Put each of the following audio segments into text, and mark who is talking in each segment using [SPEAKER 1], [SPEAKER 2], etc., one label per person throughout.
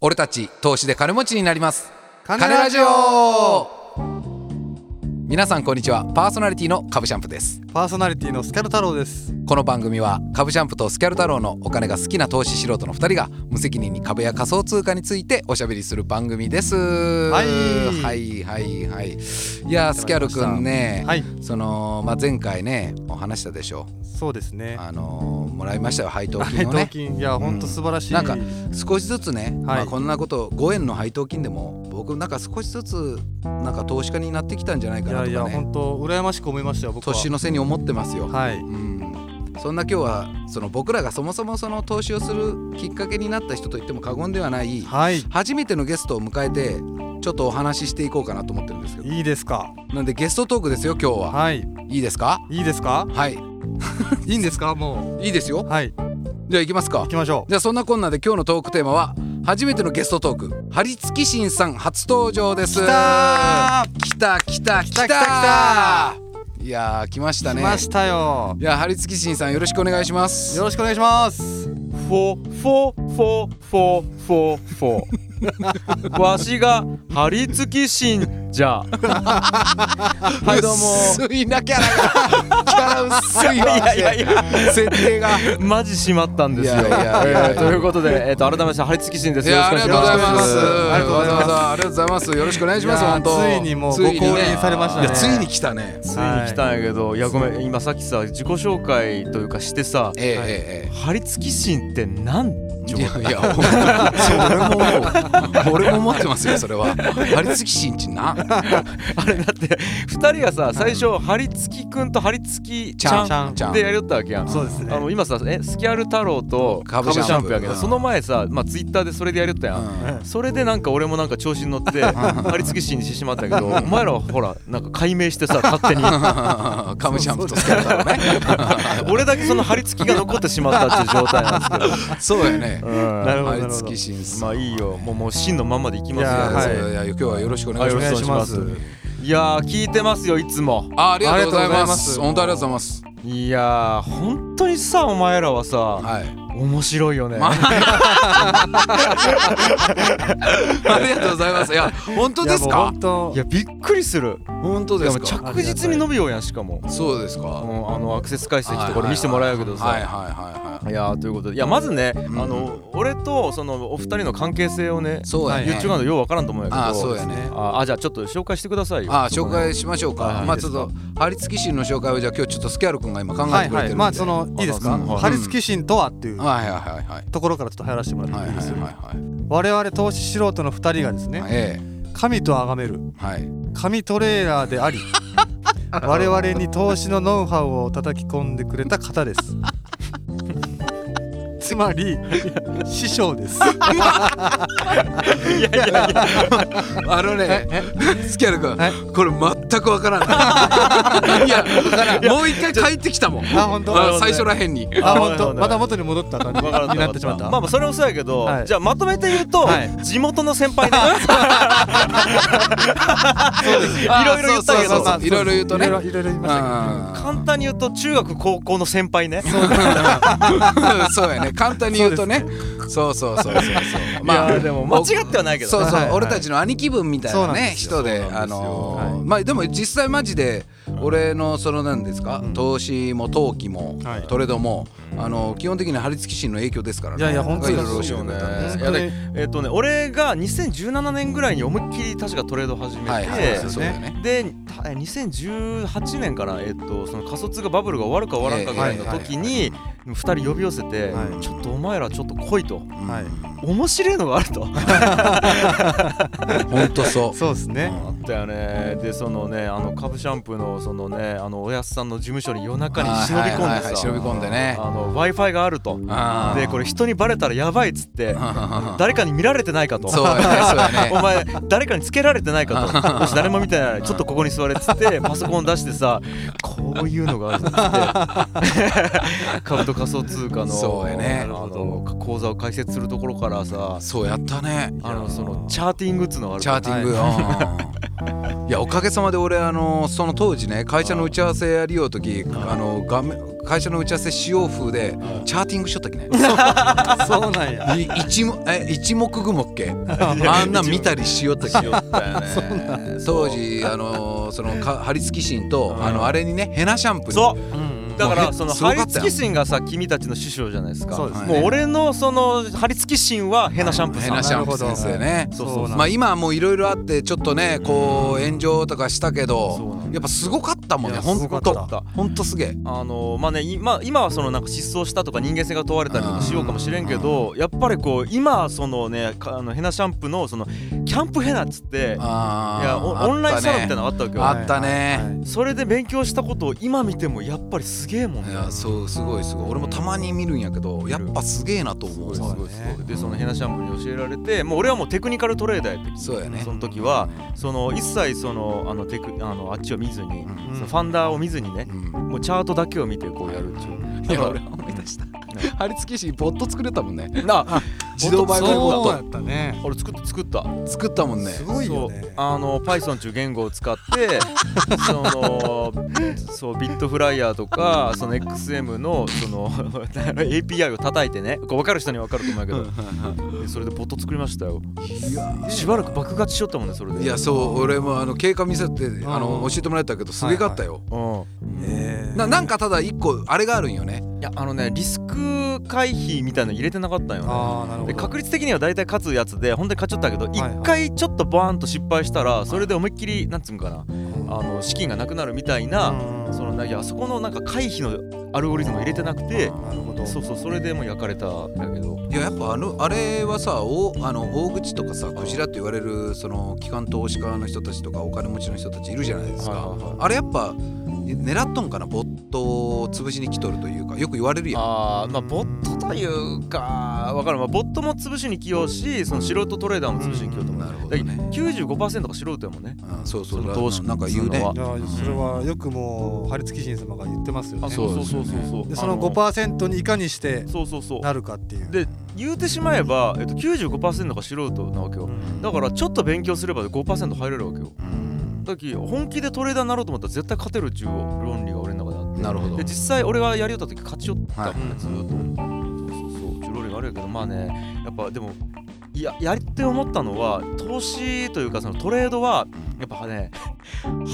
[SPEAKER 1] 俺たち投資で金持ちになります
[SPEAKER 2] 金
[SPEAKER 1] 金ラ
[SPEAKER 2] ラジ
[SPEAKER 1] ジ
[SPEAKER 2] オ
[SPEAKER 1] オ皆さんこんにちはパーソナリティのカブシャンプです
[SPEAKER 2] パーソナリティのスキャル太郎です
[SPEAKER 1] この番組はカブシャンプとスキャル太郎のお金が好きな投資素人の2人が無責任に株や仮想通貨についておしゃべりする番組ですはいはいはいはいいやースキャルくんね、
[SPEAKER 2] はい
[SPEAKER 1] その、まあ、前回ねお話したでしょ
[SPEAKER 2] そうですね
[SPEAKER 1] あのーもらいましたよ配当金
[SPEAKER 2] 配
[SPEAKER 1] を
[SPEAKER 2] 当
[SPEAKER 1] ね
[SPEAKER 2] 金いや本当素晴らしい
[SPEAKER 1] なんか少しずつね、ま
[SPEAKER 2] は
[SPEAKER 1] あ、
[SPEAKER 2] い
[SPEAKER 1] こんなこと5円の配当金でも僕なんか少しずつなんか投資家になってきたんじゃない
[SPEAKER 2] い
[SPEAKER 1] かな
[SPEAKER 2] や
[SPEAKER 1] と
[SPEAKER 2] い
[SPEAKER 1] か
[SPEAKER 2] や
[SPEAKER 1] ね
[SPEAKER 2] 本当羨ましく思いましたよ僕は
[SPEAKER 1] 年の瀬に思ってますよ。
[SPEAKER 2] はい
[SPEAKER 1] うん、そんな今日はその僕らがそもそもその投資をするきっかけになった人といっても過言ではない
[SPEAKER 2] はい
[SPEAKER 1] 初めてのゲストを迎えてちょっとお話ししていこうかなと思ってるんですけど
[SPEAKER 2] いいですか
[SPEAKER 1] なんでゲストトークですよ今日は。
[SPEAKER 2] はい
[SPEAKER 1] いいですか
[SPEAKER 2] いいで すか
[SPEAKER 1] はい
[SPEAKER 2] いいんですかも
[SPEAKER 1] いいですよ
[SPEAKER 2] うはい行
[SPEAKER 1] じゃあ行きますか
[SPEAKER 2] きましょ
[SPEAKER 1] じゃあそんなこんなで今日のトークテーマは初めてのゲストトーク張月新さん初登場です
[SPEAKER 2] うきたー
[SPEAKER 1] 来た来た来た
[SPEAKER 2] 来た来た
[SPEAKER 1] いやー来ましたね
[SPEAKER 2] 来ましたよ
[SPEAKER 1] いや張月新さんよろしくお願いします
[SPEAKER 2] よろしくお願いします
[SPEAKER 3] フォフォフォフォフォフォわしが張り付きしんじゃはいどうも
[SPEAKER 1] 薄いなキャラが キャラ薄いわ
[SPEAKER 3] いやいやい
[SPEAKER 1] 設定が
[SPEAKER 3] マジしまったんです
[SPEAKER 1] いや
[SPEAKER 3] よ
[SPEAKER 1] いやいや
[SPEAKER 3] えーということでえっと改めまして張り付きしんです
[SPEAKER 1] い
[SPEAKER 3] よろ
[SPEAKER 1] や
[SPEAKER 3] し
[SPEAKER 1] あ
[SPEAKER 3] くお
[SPEAKER 1] り
[SPEAKER 3] 願
[SPEAKER 1] が
[SPEAKER 3] い
[SPEAKER 1] とうござ
[SPEAKER 3] し
[SPEAKER 1] い
[SPEAKER 3] ま
[SPEAKER 1] ますす
[SPEAKER 2] ありがとうござ
[SPEAKER 1] わ
[SPEAKER 2] います
[SPEAKER 1] ざわざありがとうございますよろしくお願いします
[SPEAKER 2] いやー
[SPEAKER 1] 本当
[SPEAKER 2] ついにもうご降臨されました
[SPEAKER 1] ついにいや
[SPEAKER 2] ね
[SPEAKER 1] ついに来たね
[SPEAKER 3] ついに来たんやけどいやごめん今さっきさ自己紹介というかしてさ
[SPEAKER 1] ええ
[SPEAKER 2] はい
[SPEAKER 1] ええ
[SPEAKER 3] 張り付きしんってなん
[SPEAKER 1] いやいや、俺も、俺も思ってますよ、それは。張り付き新地な。
[SPEAKER 3] あれだって二人がさ最初張り付きくんと張り付きち
[SPEAKER 1] ちゃ
[SPEAKER 3] ゃ
[SPEAKER 1] ん、
[SPEAKER 3] ん
[SPEAKER 1] ちゃん、ちゃん
[SPEAKER 3] で。やりよったわけやん
[SPEAKER 2] そうですね
[SPEAKER 3] あの今さえスキャル太郎と
[SPEAKER 1] カ
[SPEAKER 3] カ
[SPEAKER 1] ブ
[SPEAKER 3] ブ
[SPEAKER 1] シ
[SPEAKER 3] シ
[SPEAKER 1] ャンプ
[SPEAKER 3] ャンプやけ
[SPEAKER 1] う
[SPEAKER 3] ど
[SPEAKER 1] ん
[SPEAKER 3] その前さまあツイッターでそれでやりよったや
[SPEAKER 1] う
[SPEAKER 3] ん、それでなんか俺もなんか調子に乗って張り付きしにしてしまったけどお前らはほらなんか解明してさ勝手
[SPEAKER 1] ん
[SPEAKER 3] に
[SPEAKER 1] カムシャンプとスキャルだろうね。
[SPEAKER 3] 俺だけその張り付きが残ってしまったっていう状態なんですけ
[SPEAKER 1] そうやね
[SPEAKER 3] ど、。うん
[SPEAKER 2] なるほど
[SPEAKER 1] 張り付き新地。
[SPEAKER 3] まあいいよもうもう真のままでいきま
[SPEAKER 1] い
[SPEAKER 3] すよ
[SPEAKER 1] や、
[SPEAKER 2] はい
[SPEAKER 1] そういや、今日はよろしくお願いします。
[SPEAKER 3] あよろしくお願いしますいやー聞いてますよいつも
[SPEAKER 1] あ、ありがとうございま。
[SPEAKER 2] ありがとうございますす
[SPEAKER 1] 本当ありがとうございます。
[SPEAKER 3] いやー本当にさお前らはさ、
[SPEAKER 1] はい。
[SPEAKER 3] 面白いよね、
[SPEAKER 1] ま ありがとうございます。いや、本当です
[SPEAKER 2] いやもう
[SPEAKER 1] か。
[SPEAKER 2] 本当
[SPEAKER 3] いやびっくりする
[SPEAKER 1] 本当
[SPEAKER 3] い
[SPEAKER 1] で
[SPEAKER 3] や
[SPEAKER 1] す
[SPEAKER 3] もう
[SPEAKER 1] か。
[SPEAKER 3] 着実に伸びようやんしかも
[SPEAKER 1] そうです
[SPEAKER 3] あ
[SPEAKER 1] か。
[SPEAKER 3] のあのアクセス解析とかこれ見せてもらうけど
[SPEAKER 1] はい、
[SPEAKER 3] さ
[SPEAKER 1] はい、はい、はい
[SPEAKER 3] やーということでいやまずねあ
[SPEAKER 1] ん
[SPEAKER 3] の俺とそのお二人の関係性をね
[SPEAKER 1] い。そうやね。
[SPEAKER 3] 言っちゅうがんとようわからんと思うんやけど
[SPEAKER 1] あ、そうやね。
[SPEAKER 3] ああじゃあちょっと紹介してくださいよ
[SPEAKER 1] あ紹介しましょうか、
[SPEAKER 3] はいはい
[SPEAKER 1] まあ
[SPEAKER 3] いい
[SPEAKER 1] ち
[SPEAKER 3] で
[SPEAKER 1] ょっ
[SPEAKER 3] すか
[SPEAKER 1] と張り付き神の紹介をじゃあ今日ちょっとスキャル君が今考
[SPEAKER 2] は
[SPEAKER 1] えてく
[SPEAKER 2] い
[SPEAKER 1] れてるん
[SPEAKER 2] は
[SPEAKER 1] で、
[SPEAKER 2] いまあそのいいですか
[SPEAKER 3] うん
[SPEAKER 2] 張り付き心とはっていう
[SPEAKER 1] はいはいはいはい
[SPEAKER 2] ところからちょっと入らせてもらって
[SPEAKER 1] はい
[SPEAKER 2] い
[SPEAKER 1] い
[SPEAKER 2] いです
[SPEAKER 1] はいはい
[SPEAKER 2] 我々投資素人の二人がですね
[SPEAKER 1] はいえ
[SPEAKER 2] 神と崇める
[SPEAKER 1] えはい
[SPEAKER 2] 神トレーラーであり我々に投資のノウハウを叩き込んでくれた方ですつまり師匠です
[SPEAKER 1] あのねスキャル
[SPEAKER 2] はい
[SPEAKER 1] 君これ全くわからないいやわからんもう一回帰ってきたもん
[SPEAKER 2] あ本当
[SPEAKER 1] あ最初らへんに
[SPEAKER 2] あ
[SPEAKER 3] あ
[SPEAKER 2] 本
[SPEAKER 3] ご
[SPEAKER 2] 当
[SPEAKER 3] めんごめん
[SPEAKER 2] また元に戻った感じに
[SPEAKER 3] わからん
[SPEAKER 2] なってしまった
[SPEAKER 3] まあまあそれもそうやけど、
[SPEAKER 2] はい
[SPEAKER 3] じゃあまとめて言うと、
[SPEAKER 2] はい
[SPEAKER 3] 地元の先輩で い
[SPEAKER 1] あ
[SPEAKER 3] ろいろ言ったけ
[SPEAKER 1] そうそうそ
[SPEAKER 3] ど
[SPEAKER 1] うそういろいろ言うとね
[SPEAKER 2] いろいろいろいろ言いましたけど
[SPEAKER 3] 簡単に言うと中学高校の先輩ね
[SPEAKER 1] うんそうやね簡単に言うとねそうそうそうそうそう
[SPEAKER 3] いやでも間違ってはないけど
[SPEAKER 1] そうそう、
[SPEAKER 2] はいはい
[SPEAKER 1] 俺たちの兄貴分みたい
[SPEAKER 2] そう
[SPEAKER 1] な
[SPEAKER 2] なん
[SPEAKER 1] ね
[SPEAKER 2] ですよ
[SPEAKER 1] 人で
[SPEAKER 3] そうな
[SPEAKER 1] あ
[SPEAKER 3] んですよ
[SPEAKER 1] のー
[SPEAKER 2] はい
[SPEAKER 1] まあでも実際マジで俺のそのなんですか、投資も投機も、
[SPEAKER 2] はい
[SPEAKER 1] トレードも、あのー基本的に張り付き神の影響ですからね
[SPEAKER 2] いやいや
[SPEAKER 1] なんかい
[SPEAKER 2] 本当に
[SPEAKER 1] ろいろ教えてくれたんで
[SPEAKER 2] です
[SPEAKER 3] い
[SPEAKER 2] よね
[SPEAKER 3] やだえっとね俺が2017年ぐらいに思いっきり確かトレード始めて、
[SPEAKER 1] はいはい
[SPEAKER 2] そう
[SPEAKER 1] そうだよね
[SPEAKER 3] でた2018年から、えっと、その仮卒がバブルが終わるか終わらんかぐらいの時に2人呼び寄せて、
[SPEAKER 2] はい
[SPEAKER 3] ちょっとお前らちょっと来いと
[SPEAKER 2] はい
[SPEAKER 3] 面白いのがあるとあ
[SPEAKER 1] 本当そう
[SPEAKER 2] そうですね
[SPEAKER 3] ったよねでそのねあのカブシャンプーのそのねあのおやすさんの事務所に夜中に忍
[SPEAKER 1] は
[SPEAKER 3] び込ん
[SPEAKER 1] いはいはい
[SPEAKER 3] で
[SPEAKER 1] 忍び
[SPEAKER 3] さ
[SPEAKER 1] 込んでね
[SPEAKER 3] w i f i があると
[SPEAKER 1] あー
[SPEAKER 3] でこれ人にバレたらやばいっつって誰かに見られてないか と。
[SPEAKER 1] そうやねそうや
[SPEAKER 3] お
[SPEAKER 1] ね
[SPEAKER 3] 前誰かにつけられてないか ともし誰も見てないならちょっとここに座れっつってパソコン出してさこういうのがあるっつ って株と仮想通貨の
[SPEAKER 1] そうやね
[SPEAKER 3] あ
[SPEAKER 2] なるほ
[SPEAKER 3] の口座を開設するところからさ
[SPEAKER 1] そうやったね
[SPEAKER 3] あのそのチャーティングっつうのがある
[SPEAKER 1] チャーティング、うん いやおかげさまで俺あのその当時ね会社の打ち合わせやりようときあの画面会社の打ち合わせしよう風でチャーティングしよったきね
[SPEAKER 2] そうなんや
[SPEAKER 1] い一目え一目ぐも っけあんなん見たりしよったきよ当時あのそのか貼り付き芯とあのあれにねヘナシャンプーに
[SPEAKER 3] そう
[SPEAKER 2] うんうん
[SPEAKER 3] だか
[SPEAKER 1] もう
[SPEAKER 3] ら
[SPEAKER 1] へ
[SPEAKER 3] その
[SPEAKER 1] すごか
[SPEAKER 3] 張
[SPEAKER 1] ったよ
[SPEAKER 3] り付き神がさ君たちの師匠じゃないですか
[SPEAKER 2] そうです
[SPEAKER 1] ね
[SPEAKER 3] もう俺のその張り付き神はヘナシャンプー
[SPEAKER 1] ヘ
[SPEAKER 3] さん
[SPEAKER 1] ナシャンプー先生ね
[SPEAKER 3] そう
[SPEAKER 2] そうなん
[SPEAKER 1] まあ今はもういろいろあってちょっとねこう炎上とかしたけ
[SPEAKER 3] そうな
[SPEAKER 1] ど
[SPEAKER 3] んだ
[SPEAKER 1] やっぱすごかったもんね
[SPEAKER 2] いや
[SPEAKER 1] ほ
[SPEAKER 2] す
[SPEAKER 1] ん
[SPEAKER 2] ごか
[SPEAKER 1] と
[SPEAKER 2] った
[SPEAKER 1] ほんとすげえ
[SPEAKER 3] あのまあね今今はそのなんか失踪したとか人間性が問われたりとかしようかもしれんけどやっぱりこう今そのねかあのヘナシャンプーのそのキャンプヘナっつっていや
[SPEAKER 1] あ
[SPEAKER 3] オ
[SPEAKER 1] ー
[SPEAKER 3] オンラインサロンみたいな
[SPEAKER 1] あっ
[SPEAKER 3] のがあったわけ
[SPEAKER 1] あ
[SPEAKER 3] よ
[SPEAKER 1] っったね
[SPEAKER 2] はいはい
[SPEAKER 3] それで勉強したことを今見てもやっぱりすげえもん
[SPEAKER 1] たね
[SPEAKER 3] ね
[SPEAKER 1] いやそうすごいすごい俺もたまに見るんやけどやっぱすげえなと思う
[SPEAKER 2] すごいすごい
[SPEAKER 3] でそのヘナシャンプーに教えられてもう俺はもうテクニカルトレーダーやった
[SPEAKER 1] そうやね
[SPEAKER 3] その時はその一切そのあのテクあのあっちを見ずに、
[SPEAKER 1] うん
[SPEAKER 3] そのファンダーを見ずにね
[SPEAKER 1] う、ん
[SPEAKER 3] もうチャートだけを見てこうやるっていう。
[SPEAKER 1] いや俺思い出 した貼り付きしボット作れたもんね
[SPEAKER 3] な
[SPEAKER 1] 自動売買ボ
[SPEAKER 2] そうや
[SPEAKER 1] ッ
[SPEAKER 2] ったね
[SPEAKER 3] 俺作った作った。
[SPEAKER 1] ト作ったもんね
[SPEAKER 2] すごいよね
[SPEAKER 3] そうあの Python という言語を使って そのそうビットフライヤーとかその XM のその API を叩いてねこう分かる人には分かると思うんやけどでそれでボット作りましたよ
[SPEAKER 1] いや
[SPEAKER 3] しばらく爆勝ちしよったもんねそれで
[SPEAKER 1] いやそう俺もあの経過見せてあの
[SPEAKER 2] うん
[SPEAKER 1] 教えてもらったけどすげえかったよ
[SPEAKER 3] うん
[SPEAKER 2] えー
[SPEAKER 1] ななんかただ一個あれがあるんよね
[SPEAKER 3] いやあのねリスク回避みたいなの入れてなかったんよね
[SPEAKER 2] ああなるほ
[SPEAKER 3] で
[SPEAKER 2] ど
[SPEAKER 3] 確率的には大体勝つやつで本当に勝っちゃったけど
[SPEAKER 2] いはい
[SPEAKER 3] 一回ちょっとバーンと失敗したらそれで思いっきりなんつうんかなあの資金がなくなるみたいな
[SPEAKER 2] うん
[SPEAKER 3] そのないやそこのなんか回避のアルゴリズムを入れてなくて
[SPEAKER 2] なるほど
[SPEAKER 3] そうそうそれでもう焼かれたんだけど
[SPEAKER 1] いややっぱあのあれはさおあの大口とかさクジラって言われるその機関投資家の人たちとかお金持ちの人たちいるじゃないです
[SPEAKER 3] はい
[SPEAKER 1] か
[SPEAKER 3] はいはい
[SPEAKER 1] あれやっぱ狙っとんかなボットを潰しに来とるというかよく言われるやん
[SPEAKER 3] あーまあボットというか分かる、まあ、ボットも潰しに起用しその素人トレーダーも潰しに起用と思う
[SPEAKER 1] なるほ
[SPEAKER 3] だ
[SPEAKER 1] ど
[SPEAKER 3] けど
[SPEAKER 1] ね
[SPEAKER 3] 95%が素人やもんね
[SPEAKER 1] うんそうそう
[SPEAKER 3] そ
[SPEAKER 1] だ
[SPEAKER 3] の投資
[SPEAKER 1] なんか言うね
[SPEAKER 3] その
[SPEAKER 2] いやそれはよくもう張り付き神様が言ってますよね
[SPEAKER 3] あ
[SPEAKER 1] そうですね
[SPEAKER 3] そう
[SPEAKER 2] でその
[SPEAKER 3] あ
[SPEAKER 2] 5%にいかにして
[SPEAKER 3] そうそうそう
[SPEAKER 2] なるかっていう
[SPEAKER 3] で言うてしまえば、えっと、95%が素人なわけよだからちょっと勉強すれば5%入れるわけよ
[SPEAKER 1] うん
[SPEAKER 3] だき本気でトレーダーになろうと思ったら絶対勝てるっちゅう論理が俺の中であって
[SPEAKER 1] なるほど
[SPEAKER 3] で実際俺がやりよった時勝ちよったもんね、
[SPEAKER 2] はい
[SPEAKER 3] ずーっとそうそうそうっちゅう論理があるんやけどまあねやっぱでもいややって思ったのは投資というかそのトレードはやっぱね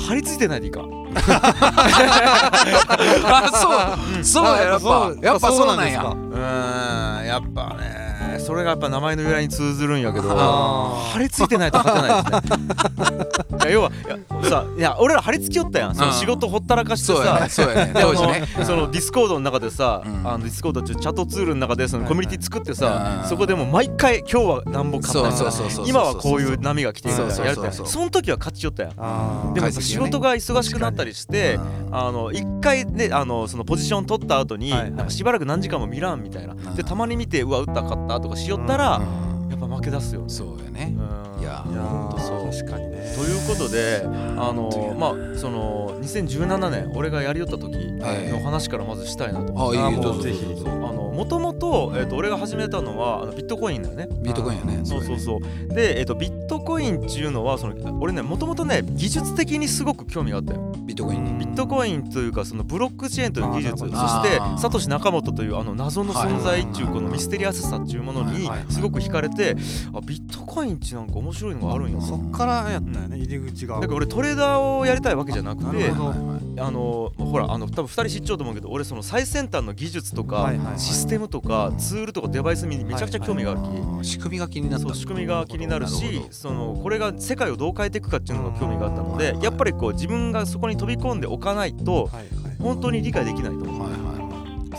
[SPEAKER 3] 張り付いてないでいいかん
[SPEAKER 1] あそうそう だよやっぱやっぱそうなんや
[SPEAKER 3] うーんやっぱねそれがやっぱ名前の由来に通ずるんや けど
[SPEAKER 2] あ
[SPEAKER 3] 張り付いてないと勝てな いですね。いや要はいやさいや俺ら張り付きよったやん。その
[SPEAKER 1] うん
[SPEAKER 3] 仕事ほったらかして
[SPEAKER 1] そうや
[SPEAKER 3] さ
[SPEAKER 1] ね。そうやね
[SPEAKER 3] で
[SPEAKER 1] 当時ね
[SPEAKER 3] あのそのディスコードの中でさ、
[SPEAKER 1] うん
[SPEAKER 3] あのディスコードっていうチャットツールの中でそのコミュニティ作って
[SPEAKER 1] はいはい
[SPEAKER 3] さ
[SPEAKER 1] う、ん
[SPEAKER 3] そこでもう毎回今日はなんぼ勝った
[SPEAKER 1] そう
[SPEAKER 2] そうそ
[SPEAKER 1] そうそうそうそうそ
[SPEAKER 2] う
[SPEAKER 3] や
[SPEAKER 1] う
[SPEAKER 3] 今はこういう波が来てるみたいなやる
[SPEAKER 1] そう
[SPEAKER 3] と
[SPEAKER 1] そうそ
[SPEAKER 3] や
[SPEAKER 1] うそうん
[SPEAKER 3] その時は勝ちよったやん。
[SPEAKER 2] あ
[SPEAKER 3] で
[SPEAKER 1] 解
[SPEAKER 3] もやっぱ
[SPEAKER 1] 析
[SPEAKER 3] 仕
[SPEAKER 1] がね
[SPEAKER 3] 事が忙しくなったりして、
[SPEAKER 1] うん
[SPEAKER 3] あの一回ねあのそのポジション取った後に、
[SPEAKER 2] はいはい
[SPEAKER 3] なんかしばらく何時間も見らんみたいな、
[SPEAKER 1] ん
[SPEAKER 3] でたまに見てうわ打った勝ったとかしよったら、
[SPEAKER 1] うん
[SPEAKER 3] やっぱ負け出すよね。
[SPEAKER 1] そうやね
[SPEAKER 3] うん
[SPEAKER 1] いや
[SPEAKER 2] いや
[SPEAKER 1] ほんとそう
[SPEAKER 2] ー確かにね
[SPEAKER 3] ということで、あ
[SPEAKER 1] 本当や
[SPEAKER 3] のまあその2017年俺がやりよった時
[SPEAKER 1] はい
[SPEAKER 3] の話からまずしたいなと思って。
[SPEAKER 1] あいいよ
[SPEAKER 2] あもう
[SPEAKER 1] どうぞ
[SPEAKER 2] ぜひ
[SPEAKER 1] どうぞどうぞ
[SPEAKER 3] あの元々えっと俺が始めたのはあのビットコインだよね。
[SPEAKER 1] ビットコインやね
[SPEAKER 3] そうそう
[SPEAKER 1] そ
[SPEAKER 3] そう。でえっとビットコインっていうのはその俺ね元々ね技術的にすごく興味があったよ。
[SPEAKER 1] うやねビットコインに
[SPEAKER 3] ビットコインというかそのブロックチェーンという技術、そ
[SPEAKER 2] あー
[SPEAKER 3] し
[SPEAKER 1] なるほど
[SPEAKER 3] て
[SPEAKER 1] あー
[SPEAKER 3] サトシ中本というあの謎の存在っていう
[SPEAKER 1] はい
[SPEAKER 3] このミステリアスさっていうもの
[SPEAKER 1] はい
[SPEAKER 3] に
[SPEAKER 1] はい
[SPEAKER 3] すごく惹かれて、あビットコインってなんか面白いのがあるんや。
[SPEAKER 2] そっからやったよね入り口が
[SPEAKER 3] だから俺トレーダーをやりたいわけじゃなく
[SPEAKER 2] な
[SPEAKER 3] て
[SPEAKER 2] るほど
[SPEAKER 1] はいはい
[SPEAKER 3] あのまあほらあの多分2人知っちゃうと思うけど俺その最先端の技術と
[SPEAKER 2] は
[SPEAKER 3] か
[SPEAKER 2] いはいはい
[SPEAKER 3] システムとかツールとかデバイスにめちゃくちゃ興味があるき、
[SPEAKER 1] うん仕組みが気になった
[SPEAKER 3] そう仕組みが気になる
[SPEAKER 1] なる
[SPEAKER 3] し
[SPEAKER 1] ほど
[SPEAKER 3] そのこれが世界をどう変えていくかっていうのが興味があったの
[SPEAKER 1] はい
[SPEAKER 3] で
[SPEAKER 1] はい
[SPEAKER 3] やっぱりこう自分がそこに飛び込んでおかないと
[SPEAKER 2] はいはい
[SPEAKER 3] 本当に理解できないと思う。
[SPEAKER 1] はいは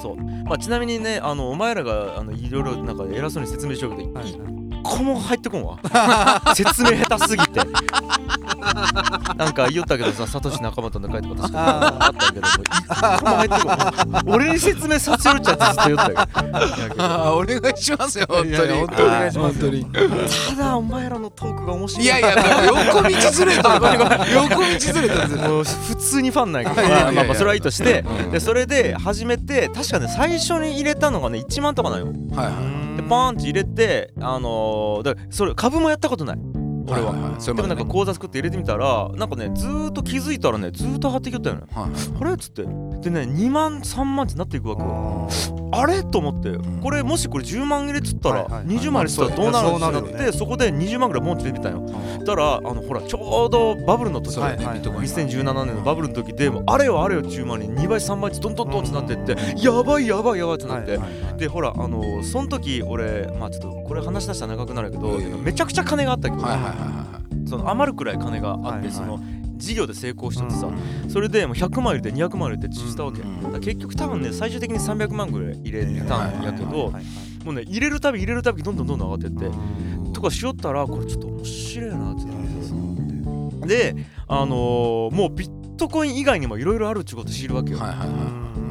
[SPEAKER 3] そうまあ、ちなみにねあのお前らがあのいろいろなんか偉そうに説明しようけど、
[SPEAKER 2] はい
[SPEAKER 3] 一個も入ってこんわ 説明下手すぎてなんか言いよったけどさサトシ仲間と仲いいとか確か
[SPEAKER 2] あ
[SPEAKER 3] あったけどもう一個も入ってこん俺に説明させるっちゃってずっと言ったけ ど
[SPEAKER 1] ああお願いしますよ本
[SPEAKER 2] い
[SPEAKER 1] 当
[SPEAKER 2] や
[SPEAKER 1] に
[SPEAKER 2] いや本当にお願いしますよ
[SPEAKER 1] 本当
[SPEAKER 3] ただお前らのトークが面白
[SPEAKER 1] に
[SPEAKER 3] い
[SPEAKER 1] いやいや横道ずれた横道ずれたんですよ
[SPEAKER 3] もう普通にファンなんやけど
[SPEAKER 1] いやいや
[SPEAKER 3] まあまあまあそれはいいとして
[SPEAKER 1] うん
[SPEAKER 3] でそれで始めて確かね最初に入れたのがね1万とかなんよ
[SPEAKER 1] はい
[SPEAKER 2] ー
[SPEAKER 1] は
[SPEAKER 2] うーん
[SPEAKER 3] でパーンって入れてあのーだからそれ株もやったことない俺は,、
[SPEAKER 1] はいはいはいそれ
[SPEAKER 3] で
[SPEAKER 1] まで
[SPEAKER 3] もな
[SPEAKER 1] ね
[SPEAKER 3] んか口座作って入れてみたらなんかねずーっと気づいたらねずーっと上がってきよったよね
[SPEAKER 1] はいはい
[SPEAKER 3] あれっつってでね2万3万ってなっていくわけよあれと思ってこれもしこれ10万入れっつったら
[SPEAKER 2] はいはいはい
[SPEAKER 3] 20万入れっつったらどうなる
[SPEAKER 2] まあそう
[SPEAKER 3] の
[SPEAKER 2] や
[SPEAKER 3] っ
[SPEAKER 2] ね
[SPEAKER 3] てなってそこで20万ぐらいボンって出てきたんよ
[SPEAKER 1] うん
[SPEAKER 3] だからあのほらちょうどバブルの時
[SPEAKER 1] そうだよね
[SPEAKER 2] はいはい
[SPEAKER 1] ビットコインが
[SPEAKER 3] 2017年のバブルの時でもうあれよあれよ中万に2倍3倍ってどんどんどんってなってってやばいやばいやばいってなってでほらあのーその時俺まあちょっとこれ話し出したら長くなるけど
[SPEAKER 1] いやいや
[SPEAKER 3] めちゃくちゃ金があったけど
[SPEAKER 1] はいはいはい
[SPEAKER 3] その余るくらい金が
[SPEAKER 2] は
[SPEAKER 3] あっ
[SPEAKER 2] いは
[SPEAKER 3] て
[SPEAKER 2] い
[SPEAKER 3] その事業で成功しとってさ
[SPEAKER 1] はい
[SPEAKER 3] それでもう100万入れて200万入れてしたわけ
[SPEAKER 1] う
[SPEAKER 3] だ
[SPEAKER 1] ん
[SPEAKER 3] から結局多分ね最終的に300万ぐらい入れ
[SPEAKER 1] は
[SPEAKER 3] た
[SPEAKER 1] い
[SPEAKER 3] ん
[SPEAKER 1] はい
[SPEAKER 3] やけ
[SPEAKER 1] はい
[SPEAKER 3] どもうね入れるたび入れるたびどんどんどんどん上がってってとかしよったらこれちょっと面白いなってなってであのーもうビットコイン以外にもいろいろあるっちゅうこと知るわけよ、
[SPEAKER 1] はいはいはい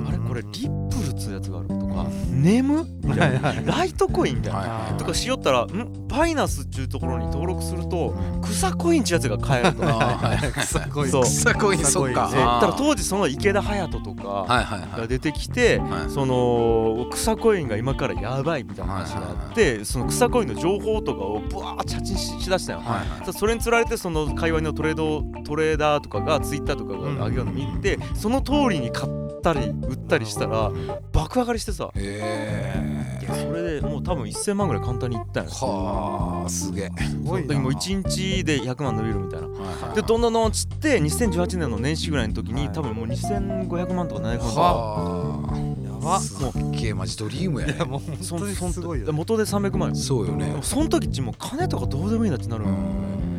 [SPEAKER 3] あれこれリップルっつうやつがあるとか、
[SPEAKER 1] う
[SPEAKER 3] ネムみた
[SPEAKER 2] は
[SPEAKER 3] い
[SPEAKER 2] いは
[SPEAKER 3] なライトコインみたいな、
[SPEAKER 1] はい
[SPEAKER 3] とかしよったらんバイナスっちゅうところに登録すると草コインっちゅうやつが買えると
[SPEAKER 1] あ
[SPEAKER 3] か
[SPEAKER 1] はいはい
[SPEAKER 2] すごい
[SPEAKER 3] そう
[SPEAKER 1] 草コイン
[SPEAKER 2] 草
[SPEAKER 1] そ
[SPEAKER 2] コ
[SPEAKER 1] っ
[SPEAKER 2] イン
[SPEAKER 1] か
[SPEAKER 2] あ
[SPEAKER 3] えだから
[SPEAKER 1] は
[SPEAKER 3] 当時その池田隼人とか
[SPEAKER 1] いはいはい
[SPEAKER 3] が出てきて、
[SPEAKER 1] はい
[SPEAKER 3] その草コインが今からやばいみたいな話があって、その草コインの情報とかをブワーッチャチンししだしたよ、
[SPEAKER 1] はいはい
[SPEAKER 3] それにつられてその界隈のトレードトレーダーとかがツイッターとかが上げようの見て、その通りに買ったり売ったりしたら爆上がりしてさ
[SPEAKER 1] へえ
[SPEAKER 3] それでもう多分1000万ぐらい簡単にいったんや
[SPEAKER 1] はあすげえ
[SPEAKER 2] すごい
[SPEAKER 3] で
[SPEAKER 2] な
[SPEAKER 3] もう1日で100万伸びるみたいな。で
[SPEAKER 1] と
[SPEAKER 3] どんどんどんつって2018年の年始ぐらいの時に、
[SPEAKER 2] はい
[SPEAKER 3] 多分もう2500万とか700万とか
[SPEAKER 1] は
[SPEAKER 2] や
[SPEAKER 1] あ
[SPEAKER 2] ば
[SPEAKER 1] すっげえマジドリームや
[SPEAKER 2] い
[SPEAKER 1] ね
[SPEAKER 2] やもう本当にすごいよね
[SPEAKER 3] 元で300万よ
[SPEAKER 1] そうよ
[SPEAKER 3] で
[SPEAKER 1] ね
[SPEAKER 3] もその時っちもう金とかどうでもいいなってなる
[SPEAKER 1] う
[SPEAKER 3] のよ、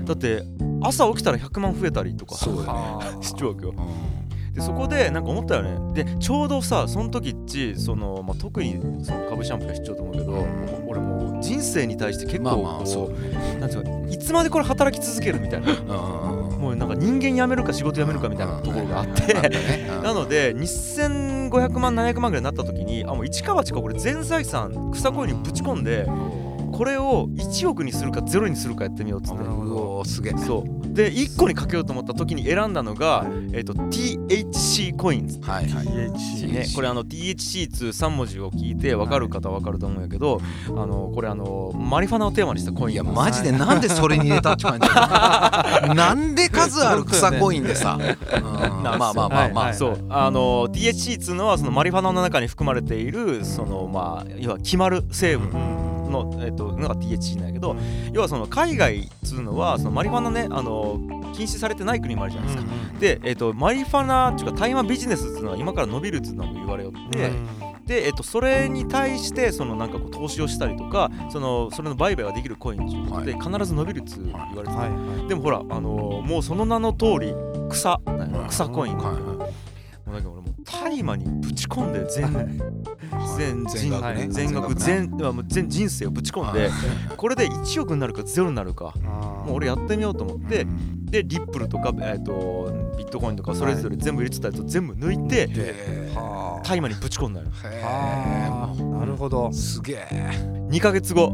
[SPEAKER 1] ん
[SPEAKER 3] だって朝起きたら100万増えたりとか
[SPEAKER 1] そうやね
[SPEAKER 3] しちゃうわけよ
[SPEAKER 1] うん
[SPEAKER 3] でそこでなんか思ったよねでちょうどさその時っちその、まあ、特にその株シャンプーが必要と思うけど、
[SPEAKER 1] うん
[SPEAKER 3] 俺もう人生に対して結構
[SPEAKER 1] まあまあ
[SPEAKER 3] こう
[SPEAKER 1] そう
[SPEAKER 3] なんていうかいつまでこれ働き続けるみたいな
[SPEAKER 1] も
[SPEAKER 3] もうなんか人間辞めるか仕事辞めるかみたいなところがあって。なので2500万700万ぐらいになった時にあもう一か八かこれ全財産草コインにぶち込んでこれを1億にするかゼロにするかやってみようっつっ
[SPEAKER 2] な
[SPEAKER 3] て
[SPEAKER 2] るほど
[SPEAKER 1] うおーすげえ
[SPEAKER 3] そうで1個にかけようと思った時に選んだのが、えっと THC コインズ
[SPEAKER 1] はいはい
[SPEAKER 2] THC
[SPEAKER 3] ね、これあの THC 通3文字を聞いて分かる方は分かると思うんやけど、あのこれあのマリファナをテーマにしたコイン
[SPEAKER 1] いや
[SPEAKER 3] や
[SPEAKER 1] マジでなんでそれに入れたって感じ なんで数ある草コインでさ、うんまあまあまあまあ、
[SPEAKER 2] はい
[SPEAKER 3] そうあの THC っつうのはそのマリファナの中に含まれているそのまあ要は決まる成分の、えっと、のが THC なんやけど要はその海外っつうのはそのマリファナねあの禁止されてない国もあるじゃないですか。で、えっとマリファナっていうか大麻ビジネスっていうのは今から伸びるっていうのも言われよって、で、えっとそれに対してそのなんかこう投資をしたりとかそのそれの売買ができるコインっていうことで必ず伸びるって言われてた、
[SPEAKER 2] はい
[SPEAKER 3] でもほら、あのーもうその名の通り草なんや草コイン、
[SPEAKER 1] はい
[SPEAKER 3] もうなんか俺もう大麻にぶち込んで全全
[SPEAKER 1] 全額ね
[SPEAKER 3] 全額全まあもう全人生をぶち込んで、これで1億になるかゼロになるかもう俺やってみようと思って、でリップルとか、えー、とビットコインとかそれぞれ全部入れてたやつを全部抜いて
[SPEAKER 1] で
[SPEAKER 2] は
[SPEAKER 3] 大麻にぶち込んだよ
[SPEAKER 1] へえ
[SPEAKER 2] あなるほど
[SPEAKER 1] すげえ、
[SPEAKER 3] 2ヶ月後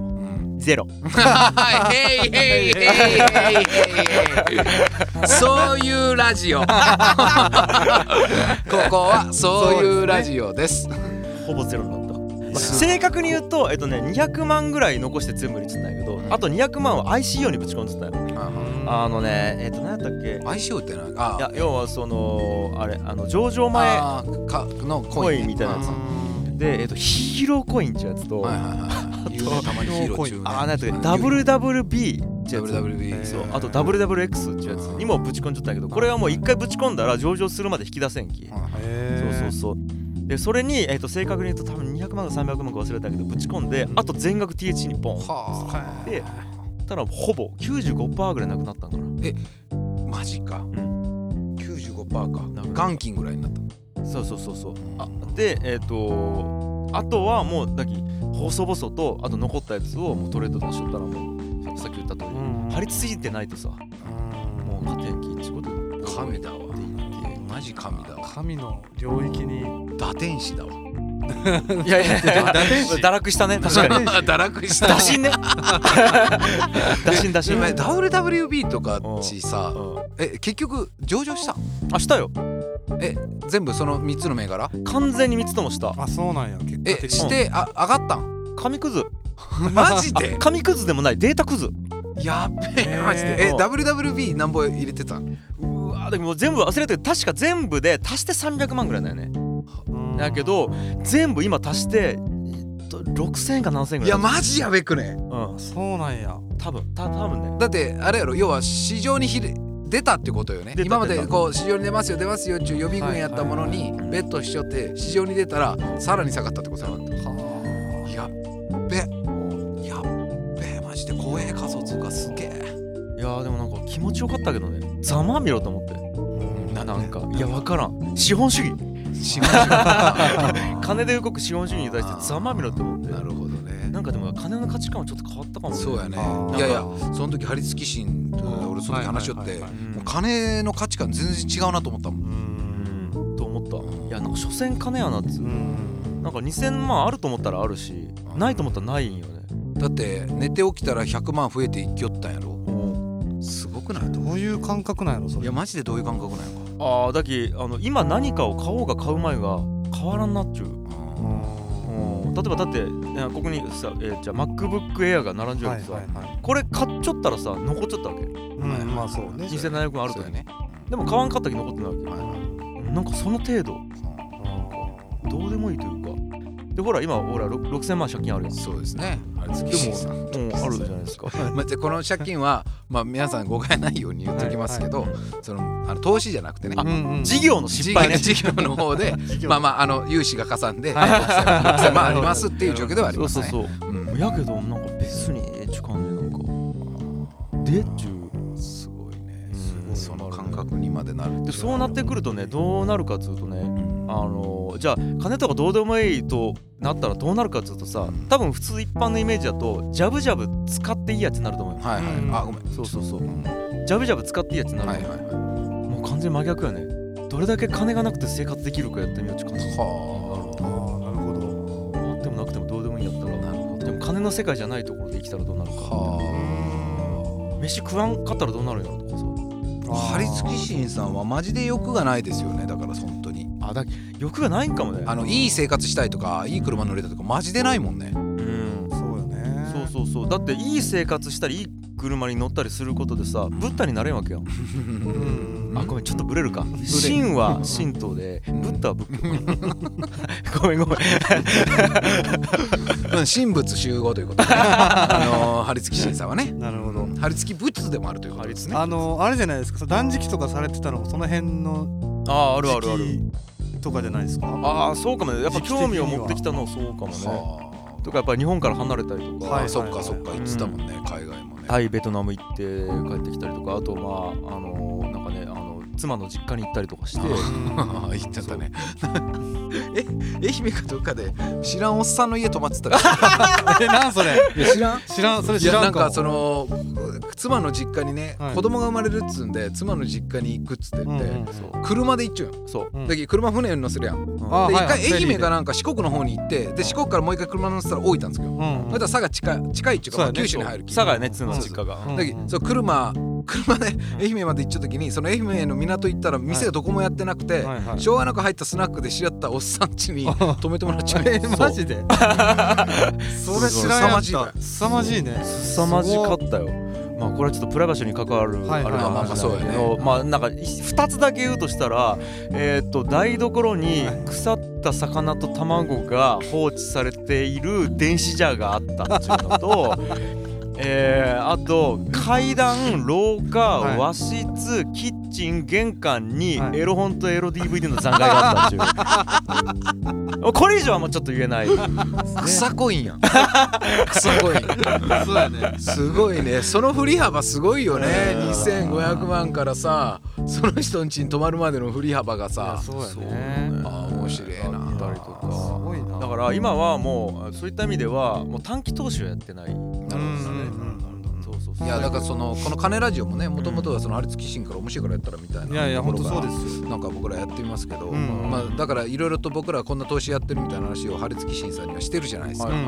[SPEAKER 3] ゼロ
[SPEAKER 1] へいへいへいへいへいへいそういうラジ オここはそういうラジオです
[SPEAKER 3] ほぼゼロになった、まあ
[SPEAKER 1] す
[SPEAKER 3] 正確に言うと、えっとね、200万ぐらい残して全部入れてたんやけどあと200万は ICO にぶち込んでたんやあのねえっと何やったっけ
[SPEAKER 1] ICO ってなんか
[SPEAKER 3] いや要はそのあれあの上場前
[SPEAKER 1] あーかのコ
[SPEAKER 3] コ
[SPEAKER 1] イ
[SPEAKER 3] イ
[SPEAKER 1] ン
[SPEAKER 3] ンみたいなやつ
[SPEAKER 1] うん
[SPEAKER 3] で、えっと、ヒーローコインってやつと、
[SPEAKER 1] はいはいはい言うねたまにヒーロー中ね
[SPEAKER 3] ああなんやったっけ WWB ってやつ
[SPEAKER 1] WWB
[SPEAKER 3] そうあと WWX ってやつにもぶち込んじゃったんやけどこれはもう一回ぶち込んだら上場するまで引き出せんき、そうそうそうでそれに、えっと正確に言うと多分200万か300万か忘れたけどぶち込んであと全額 THC にポン
[SPEAKER 1] は
[SPEAKER 3] でたらほぼ95%ぐらいなくなったんかな
[SPEAKER 1] あマジか
[SPEAKER 3] う
[SPEAKER 1] 95%
[SPEAKER 3] な
[SPEAKER 1] か
[SPEAKER 3] くなった
[SPEAKER 1] 元金ぐらいになった
[SPEAKER 3] そうそうそうそうあでえっ、とあとはもうだき細々とあと残ったやつをもうトレード出しとったらもうさっき言った通り、張り付いてないとさもう勝てんきっちことで
[SPEAKER 1] 神だわマジ神だわ
[SPEAKER 2] 神の領域に
[SPEAKER 1] 堕天使だわ
[SPEAKER 3] いやいやいや堕落したね確か に
[SPEAKER 1] 堕落した
[SPEAKER 3] 打診ね 打診打
[SPEAKER 1] ちな
[SPEAKER 3] 診
[SPEAKER 1] みに WWB とかっちさ
[SPEAKER 3] うん
[SPEAKER 1] え結局上場した
[SPEAKER 3] あしたよ
[SPEAKER 1] 全部その3つの銘柄
[SPEAKER 3] 完全に3つともした
[SPEAKER 2] あそうなんや結果
[SPEAKER 1] え
[SPEAKER 2] 的に
[SPEAKER 1] してあ上がったん
[SPEAKER 3] 紙くず
[SPEAKER 1] マジで
[SPEAKER 3] 紙くずでもないデータくず
[SPEAKER 1] やっべえ
[SPEAKER 3] ねえ
[SPEAKER 1] マジでえ
[SPEAKER 3] うん
[SPEAKER 1] WWB なんぼ入れてたん
[SPEAKER 3] うわーでも全部忘れてる確か全部で足して300万ぐらいだよねだけど全部今足してえっと6000円か7000円ぐ
[SPEAKER 1] い
[SPEAKER 3] ら
[SPEAKER 1] や
[SPEAKER 3] い
[SPEAKER 1] マジやべくね
[SPEAKER 3] うん
[SPEAKER 2] そうなんや
[SPEAKER 3] 多分た多分ね
[SPEAKER 1] だってあれやろ要は市場にひれ出たってことよね
[SPEAKER 3] 出た
[SPEAKER 1] 今まで
[SPEAKER 3] 出た
[SPEAKER 1] こう市場に出ますよ出ますよっていう予備軍やったものに
[SPEAKER 3] はい
[SPEAKER 1] ベットしちゃって市場に出たらさらに下がったってことやろやっべやっべえマジで公営仮想通貨すげえ
[SPEAKER 3] いやーでもなんか気持ちよかったけどねざまあみろと思ってななんかいやわからん資本主義
[SPEAKER 1] 資本主義
[SPEAKER 3] 金で動く資本主義に対してざまあみろって思って
[SPEAKER 1] なるほどね
[SPEAKER 3] なんかでも金の価値観はちょっと変わったかもね
[SPEAKER 1] そうやね
[SPEAKER 2] あー
[SPEAKER 1] いやいやその時張り付き心と俺その時話しよって、
[SPEAKER 2] はいはいはいはい
[SPEAKER 3] うん
[SPEAKER 1] もう金の価値観全然違うなと思ったもん
[SPEAKER 2] うん
[SPEAKER 3] うんと思ったいやなんか所詮金やなっつう
[SPEAKER 2] うん
[SPEAKER 3] なんか2000万あると思ったらあるしないと思ったらないんよね
[SPEAKER 1] だって寝て起きたら100万増えていきよったんやろすごくない
[SPEAKER 2] どういう感覚なんやろそ
[SPEAKER 1] い
[SPEAKER 2] れ
[SPEAKER 1] やマジでどういう感覚なんやか
[SPEAKER 3] ああだきあの今何かを買おうが買う前が変わらんなっちゅう例えばだってえここにさ、えーじゃあ MacBookAir が並んじゃう
[SPEAKER 2] は
[SPEAKER 3] け
[SPEAKER 2] い
[SPEAKER 3] どさ、
[SPEAKER 2] はいはい
[SPEAKER 3] これ買っちゃったらさ残っちゃったわけ
[SPEAKER 2] うんまあそうね
[SPEAKER 3] 2700万あると
[SPEAKER 1] そうや
[SPEAKER 3] ね
[SPEAKER 1] ね
[SPEAKER 3] でも買わんかったけど残ってないわ
[SPEAKER 1] はいはい
[SPEAKER 3] けなんかその程度どうでもいいというかでほら今ほらろ6000万借金あるやん
[SPEAKER 1] そうですね張り付き心さん
[SPEAKER 3] うんあるじゃないですか
[SPEAKER 1] まあでこの借金はまあ皆さん誤解ないように言っときますけどそのあの投資じゃなくてね
[SPEAKER 3] あ
[SPEAKER 2] うんうん
[SPEAKER 3] 事業の失敗ね
[SPEAKER 1] 事業の方でまあまああの融資がかさんでまあありますっていう状況ではあり
[SPEAKER 3] そう
[SPEAKER 1] ます
[SPEAKER 3] そう
[SPEAKER 1] ね
[SPEAKER 3] そう
[SPEAKER 1] うん
[SPEAKER 3] やけどなんか別にええっちゅう感じなんかでっちゅう
[SPEAKER 1] すごいね
[SPEAKER 3] うん
[SPEAKER 1] その感覚にまでなる
[SPEAKER 3] でそうなってくるとねどうなるかっつうとね
[SPEAKER 1] うん
[SPEAKER 3] あのじゃあ金とかどうでもいいとなったらどうなるかっつうとさ多分普通一般のイメージだとジャブジャブ使っていいやつになると思うよ
[SPEAKER 1] はいはいあごめん
[SPEAKER 3] そうそうそう
[SPEAKER 1] うんは
[SPEAKER 3] ジャブジャブ使っていいやつにないる
[SPEAKER 1] は
[SPEAKER 3] と
[SPEAKER 1] い
[SPEAKER 3] 思う、
[SPEAKER 1] はい
[SPEAKER 3] もう完全に真逆やねどれだけ金がなくて生活できるかやってみようって感じ
[SPEAKER 2] あ
[SPEAKER 1] は
[SPEAKER 2] ーなるほど
[SPEAKER 3] あってもなくてもどうでもいいんやった
[SPEAKER 1] あな
[SPEAKER 3] ら
[SPEAKER 1] るほ
[SPEAKER 3] でも金の世界じゃないところで生きたらどうなるか
[SPEAKER 1] は
[SPEAKER 3] 飯食わんかったらどうなるんやろとかさ
[SPEAKER 1] あ張り付き神さんはマジで欲がないですよねだから本当に
[SPEAKER 3] あだ欲がないんかもね
[SPEAKER 1] あのいい生活したいとかいい車乗れたとかマジでないもんね
[SPEAKER 3] うん
[SPEAKER 2] そうよね
[SPEAKER 3] そうそうそうだっていい生活したりいい車に乗ったりすることでさブッダになれんわけよ、
[SPEAKER 2] うん
[SPEAKER 3] あごめんちょっとブレるか神は神道でブッダは仏教 ごめんごめん
[SPEAKER 1] うん神仏集合ということ でねあのー張り付き神さんはね
[SPEAKER 2] なるほど
[SPEAKER 1] 張り付き仏でもあるということですね
[SPEAKER 2] あのあれじゃないですか断食とかされてたのもその辺の
[SPEAKER 3] あああるあるある
[SPEAKER 2] 時期とかじゃないですか
[SPEAKER 3] ああそうかもねやっぱ興味を持ってきたのはそうかもね
[SPEAKER 1] は
[SPEAKER 3] とかやっぱ日本から離れたりと
[SPEAKER 1] あ
[SPEAKER 3] か、
[SPEAKER 2] はい
[SPEAKER 1] そっかそっか言ってたもんね海外もね
[SPEAKER 3] タイベトナム行って帰ってきたりとかあとまああのなんかねあの妻の実家に行ったりとかして
[SPEAKER 1] あ 言っちゃったね え愛媛かどっかで知らんおっさんの家泊まってたら
[SPEAKER 2] えなんそれ
[SPEAKER 1] 知らん
[SPEAKER 2] 知らんそれ
[SPEAKER 1] い
[SPEAKER 2] 知
[SPEAKER 1] や
[SPEAKER 2] らん
[SPEAKER 1] な
[SPEAKER 2] か
[SPEAKER 1] んかその妻の実家にね、
[SPEAKER 2] はい
[SPEAKER 1] 子供が生まれるっつうんで妻の実家に行くっつって言って、
[SPEAKER 2] うんうん
[SPEAKER 3] そう
[SPEAKER 1] 車で行っちゃうよ、
[SPEAKER 3] そう、
[SPEAKER 2] うん
[SPEAKER 1] だけど車船に乗せるやん、
[SPEAKER 3] うん
[SPEAKER 2] あ
[SPEAKER 1] で一
[SPEAKER 2] はいはい
[SPEAKER 1] 回愛
[SPEAKER 2] フェリー
[SPEAKER 1] 媛
[SPEAKER 2] で
[SPEAKER 1] かなんか四国の方に行ってで四国からもう一回車乗せたら置いたんですけど、
[SPEAKER 2] うんうん
[SPEAKER 1] それと佐賀近い近いっていうか
[SPEAKER 2] そう
[SPEAKER 1] まあ
[SPEAKER 2] やね
[SPEAKER 1] 九州に入る気
[SPEAKER 3] 佐賀やね妻の実家が、
[SPEAKER 2] うん
[SPEAKER 1] だけどそう車車で愛媛まで行っちゃった時にその愛媛の港行ったら店がどこもやってなくて、
[SPEAKER 2] はいはい
[SPEAKER 1] しょうがなく入ったスナックで知り合ったおっさん家に泊めてもらっちゃう
[SPEAKER 2] えマジでそれ知らんや
[SPEAKER 1] 凄ま
[SPEAKER 2] っ
[SPEAKER 1] じい
[SPEAKER 2] た凄まじいね
[SPEAKER 3] 凄まじかったよ。まあこれはちょっとプライバシーに関わる
[SPEAKER 2] はい
[SPEAKER 3] あれ
[SPEAKER 2] はい
[SPEAKER 3] かもしれないけど、まあなんか2つだけ言うとしたら、えっと台所に腐った魚と卵が放置されている電子ジャーがあったっていう のと。えーあと階段廊下、
[SPEAKER 2] はい
[SPEAKER 3] 和室キッチン玄関に
[SPEAKER 2] はい
[SPEAKER 3] エロ本とエロ DVD の残骸があったって いうこれ以上はもうちょっと言えない
[SPEAKER 1] 草コインやん草コイン
[SPEAKER 2] そうやね
[SPEAKER 1] すごいねその振り幅すごいよね
[SPEAKER 2] うん
[SPEAKER 1] 2500万からさその人ん家に泊まるまでの振り幅がさ
[SPEAKER 2] そうやね
[SPEAKER 1] あー面白いな
[SPEAKER 3] あったりとか
[SPEAKER 2] すごいな
[SPEAKER 3] だから今はもうそういった意味ではもう短期投資をやってな
[SPEAKER 1] な
[SPEAKER 3] い。
[SPEAKER 1] るほどね
[SPEAKER 3] そうそうそう。
[SPEAKER 1] いやだからそのこの「金ラジオ」もねもともとはそのありつきシンから面白いからやったらみたいない
[SPEAKER 2] やいや本当そうですすよ
[SPEAKER 1] なんか僕らやってますけど、
[SPEAKER 2] うん
[SPEAKER 1] まあ、だからいろいろと僕らはこんな投資やってるみたいな話を張り付きシンさんにはしてるじゃないですか、
[SPEAKER 3] はい
[SPEAKER 2] うん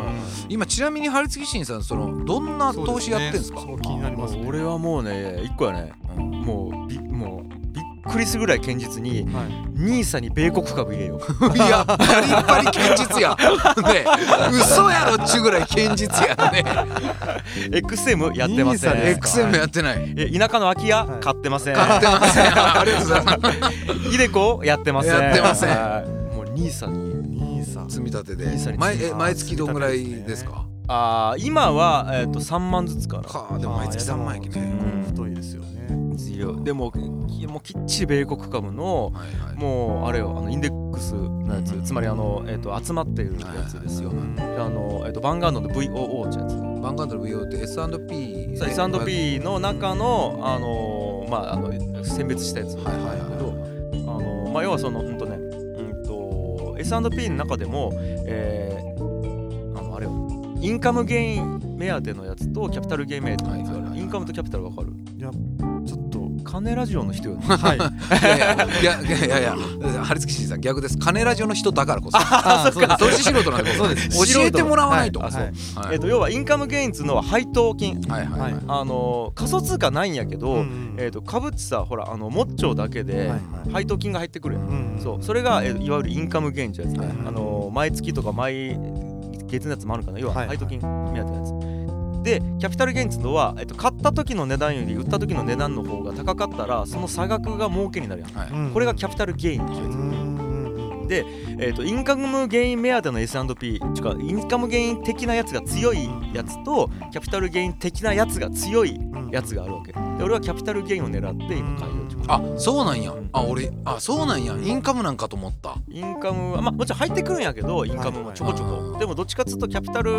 [SPEAKER 1] 今ちなみに張り付きシンさんそのどんな投資やってんですか
[SPEAKER 2] そうですねそう気になります
[SPEAKER 3] も
[SPEAKER 2] ね
[SPEAKER 3] う俺はもうね一個はねもうびもうビッくりするぐらい堅実に
[SPEAKER 2] はい
[SPEAKER 3] 兄さんに米国株入れよう
[SPEAKER 1] いやパリパリ堅実や ね嘘やろっちゅうぐらい堅実やね
[SPEAKER 3] XM やってません
[SPEAKER 2] 兄さん
[SPEAKER 1] XM やってない
[SPEAKER 3] え田舎の空き家、
[SPEAKER 2] はい
[SPEAKER 3] 買ってません
[SPEAKER 1] 買ってま せんありがとうございます
[SPEAKER 3] イデコやってません
[SPEAKER 1] やってません
[SPEAKER 3] はいもう兄さんに
[SPEAKER 2] 兄さん
[SPEAKER 1] 積み立てで
[SPEAKER 3] 兄さんに
[SPEAKER 1] 毎
[SPEAKER 3] 積み
[SPEAKER 1] え
[SPEAKER 3] 立て
[SPEAKER 1] 毎月どんぐらいですか
[SPEAKER 3] あー今は、えー、と3万ずつかな
[SPEAKER 1] かでも毎月3万円
[SPEAKER 2] あーや
[SPEAKER 1] ね
[SPEAKER 2] だな太いですよね
[SPEAKER 3] でもきもうきっちり米国株の
[SPEAKER 1] はいはい
[SPEAKER 3] もうあれよあのインデックスのやつ、
[SPEAKER 1] うん
[SPEAKER 3] つまりあの、えー、と集まってるやつですよ、
[SPEAKER 1] はい
[SPEAKER 3] であの、えー、とバンガードの VOO ってやつ
[SPEAKER 1] バンガードの VO って S&P
[SPEAKER 3] さ S&P の中の、あのまあ、あの選別したやつ
[SPEAKER 1] はいはい
[SPEAKER 3] け
[SPEAKER 1] は
[SPEAKER 3] どあのまあ、要はそのうんとね、うん、と S&P の中でも、えーあのあれよインカムゲイン目当てのやつとキャピタルゲイン目当てのやつがあ
[SPEAKER 1] はいはいはいは
[SPEAKER 3] る
[SPEAKER 1] い
[SPEAKER 3] インカムとキャピタルわかる
[SPEAKER 2] ちょっと
[SPEAKER 3] 金ラジオの人よ ね
[SPEAKER 2] はい
[SPEAKER 1] いいやいやいやいやいや張り付き新さん逆です金ラジオの人だからこ そ
[SPEAKER 2] あーそうか
[SPEAKER 1] 投資素人なんで僕
[SPEAKER 2] そうです
[SPEAKER 1] 教えてもらわないと
[SPEAKER 2] はい
[SPEAKER 1] は
[SPEAKER 2] はい
[SPEAKER 1] い
[SPEAKER 3] えっと要はインカムゲインっつうのは配当金
[SPEAKER 1] はいはいはい
[SPEAKER 2] はい
[SPEAKER 3] あの仮想通貨ないんやけど、
[SPEAKER 2] うん
[SPEAKER 3] えっと株ってさほらあのモッチョだけで
[SPEAKER 2] はいはい
[SPEAKER 3] 配当金が入ってくるやん、
[SPEAKER 2] うん
[SPEAKER 3] そうそれが、えーいわゆるインカムゲインってやつね、
[SPEAKER 1] はいはい
[SPEAKER 3] あのー毎月とか毎月のやつもあるかな要は
[SPEAKER 2] はいは
[SPEAKER 3] 配
[SPEAKER 2] い
[SPEAKER 3] 当金目当てのやつ、でキャピタルゲインっていうのは、えっと、買った時の値段より売った時の値段の方が高かったらその差額が儲けになるやん
[SPEAKER 1] はいうはい
[SPEAKER 2] ん
[SPEAKER 3] これがキャピタルゲインっていうやつ、
[SPEAKER 2] うん
[SPEAKER 3] でえっとインカムゲイン目当ての S&P ちゅうかインカムゲイン的なやつが強いやつとキャピタルゲイン的なやつが強いやつがあるわけで俺はキャピタルゲインを狙って今買いようってこと
[SPEAKER 1] あそうなんや
[SPEAKER 3] うん
[SPEAKER 1] あ俺あそうなんやインカムなんかと思った
[SPEAKER 3] インカムはまあもちろん入ってくるんやけどインカムもちょこちょ
[SPEAKER 1] はいはいは
[SPEAKER 3] こ
[SPEAKER 1] い
[SPEAKER 3] でもどっちかっつうとキャピタル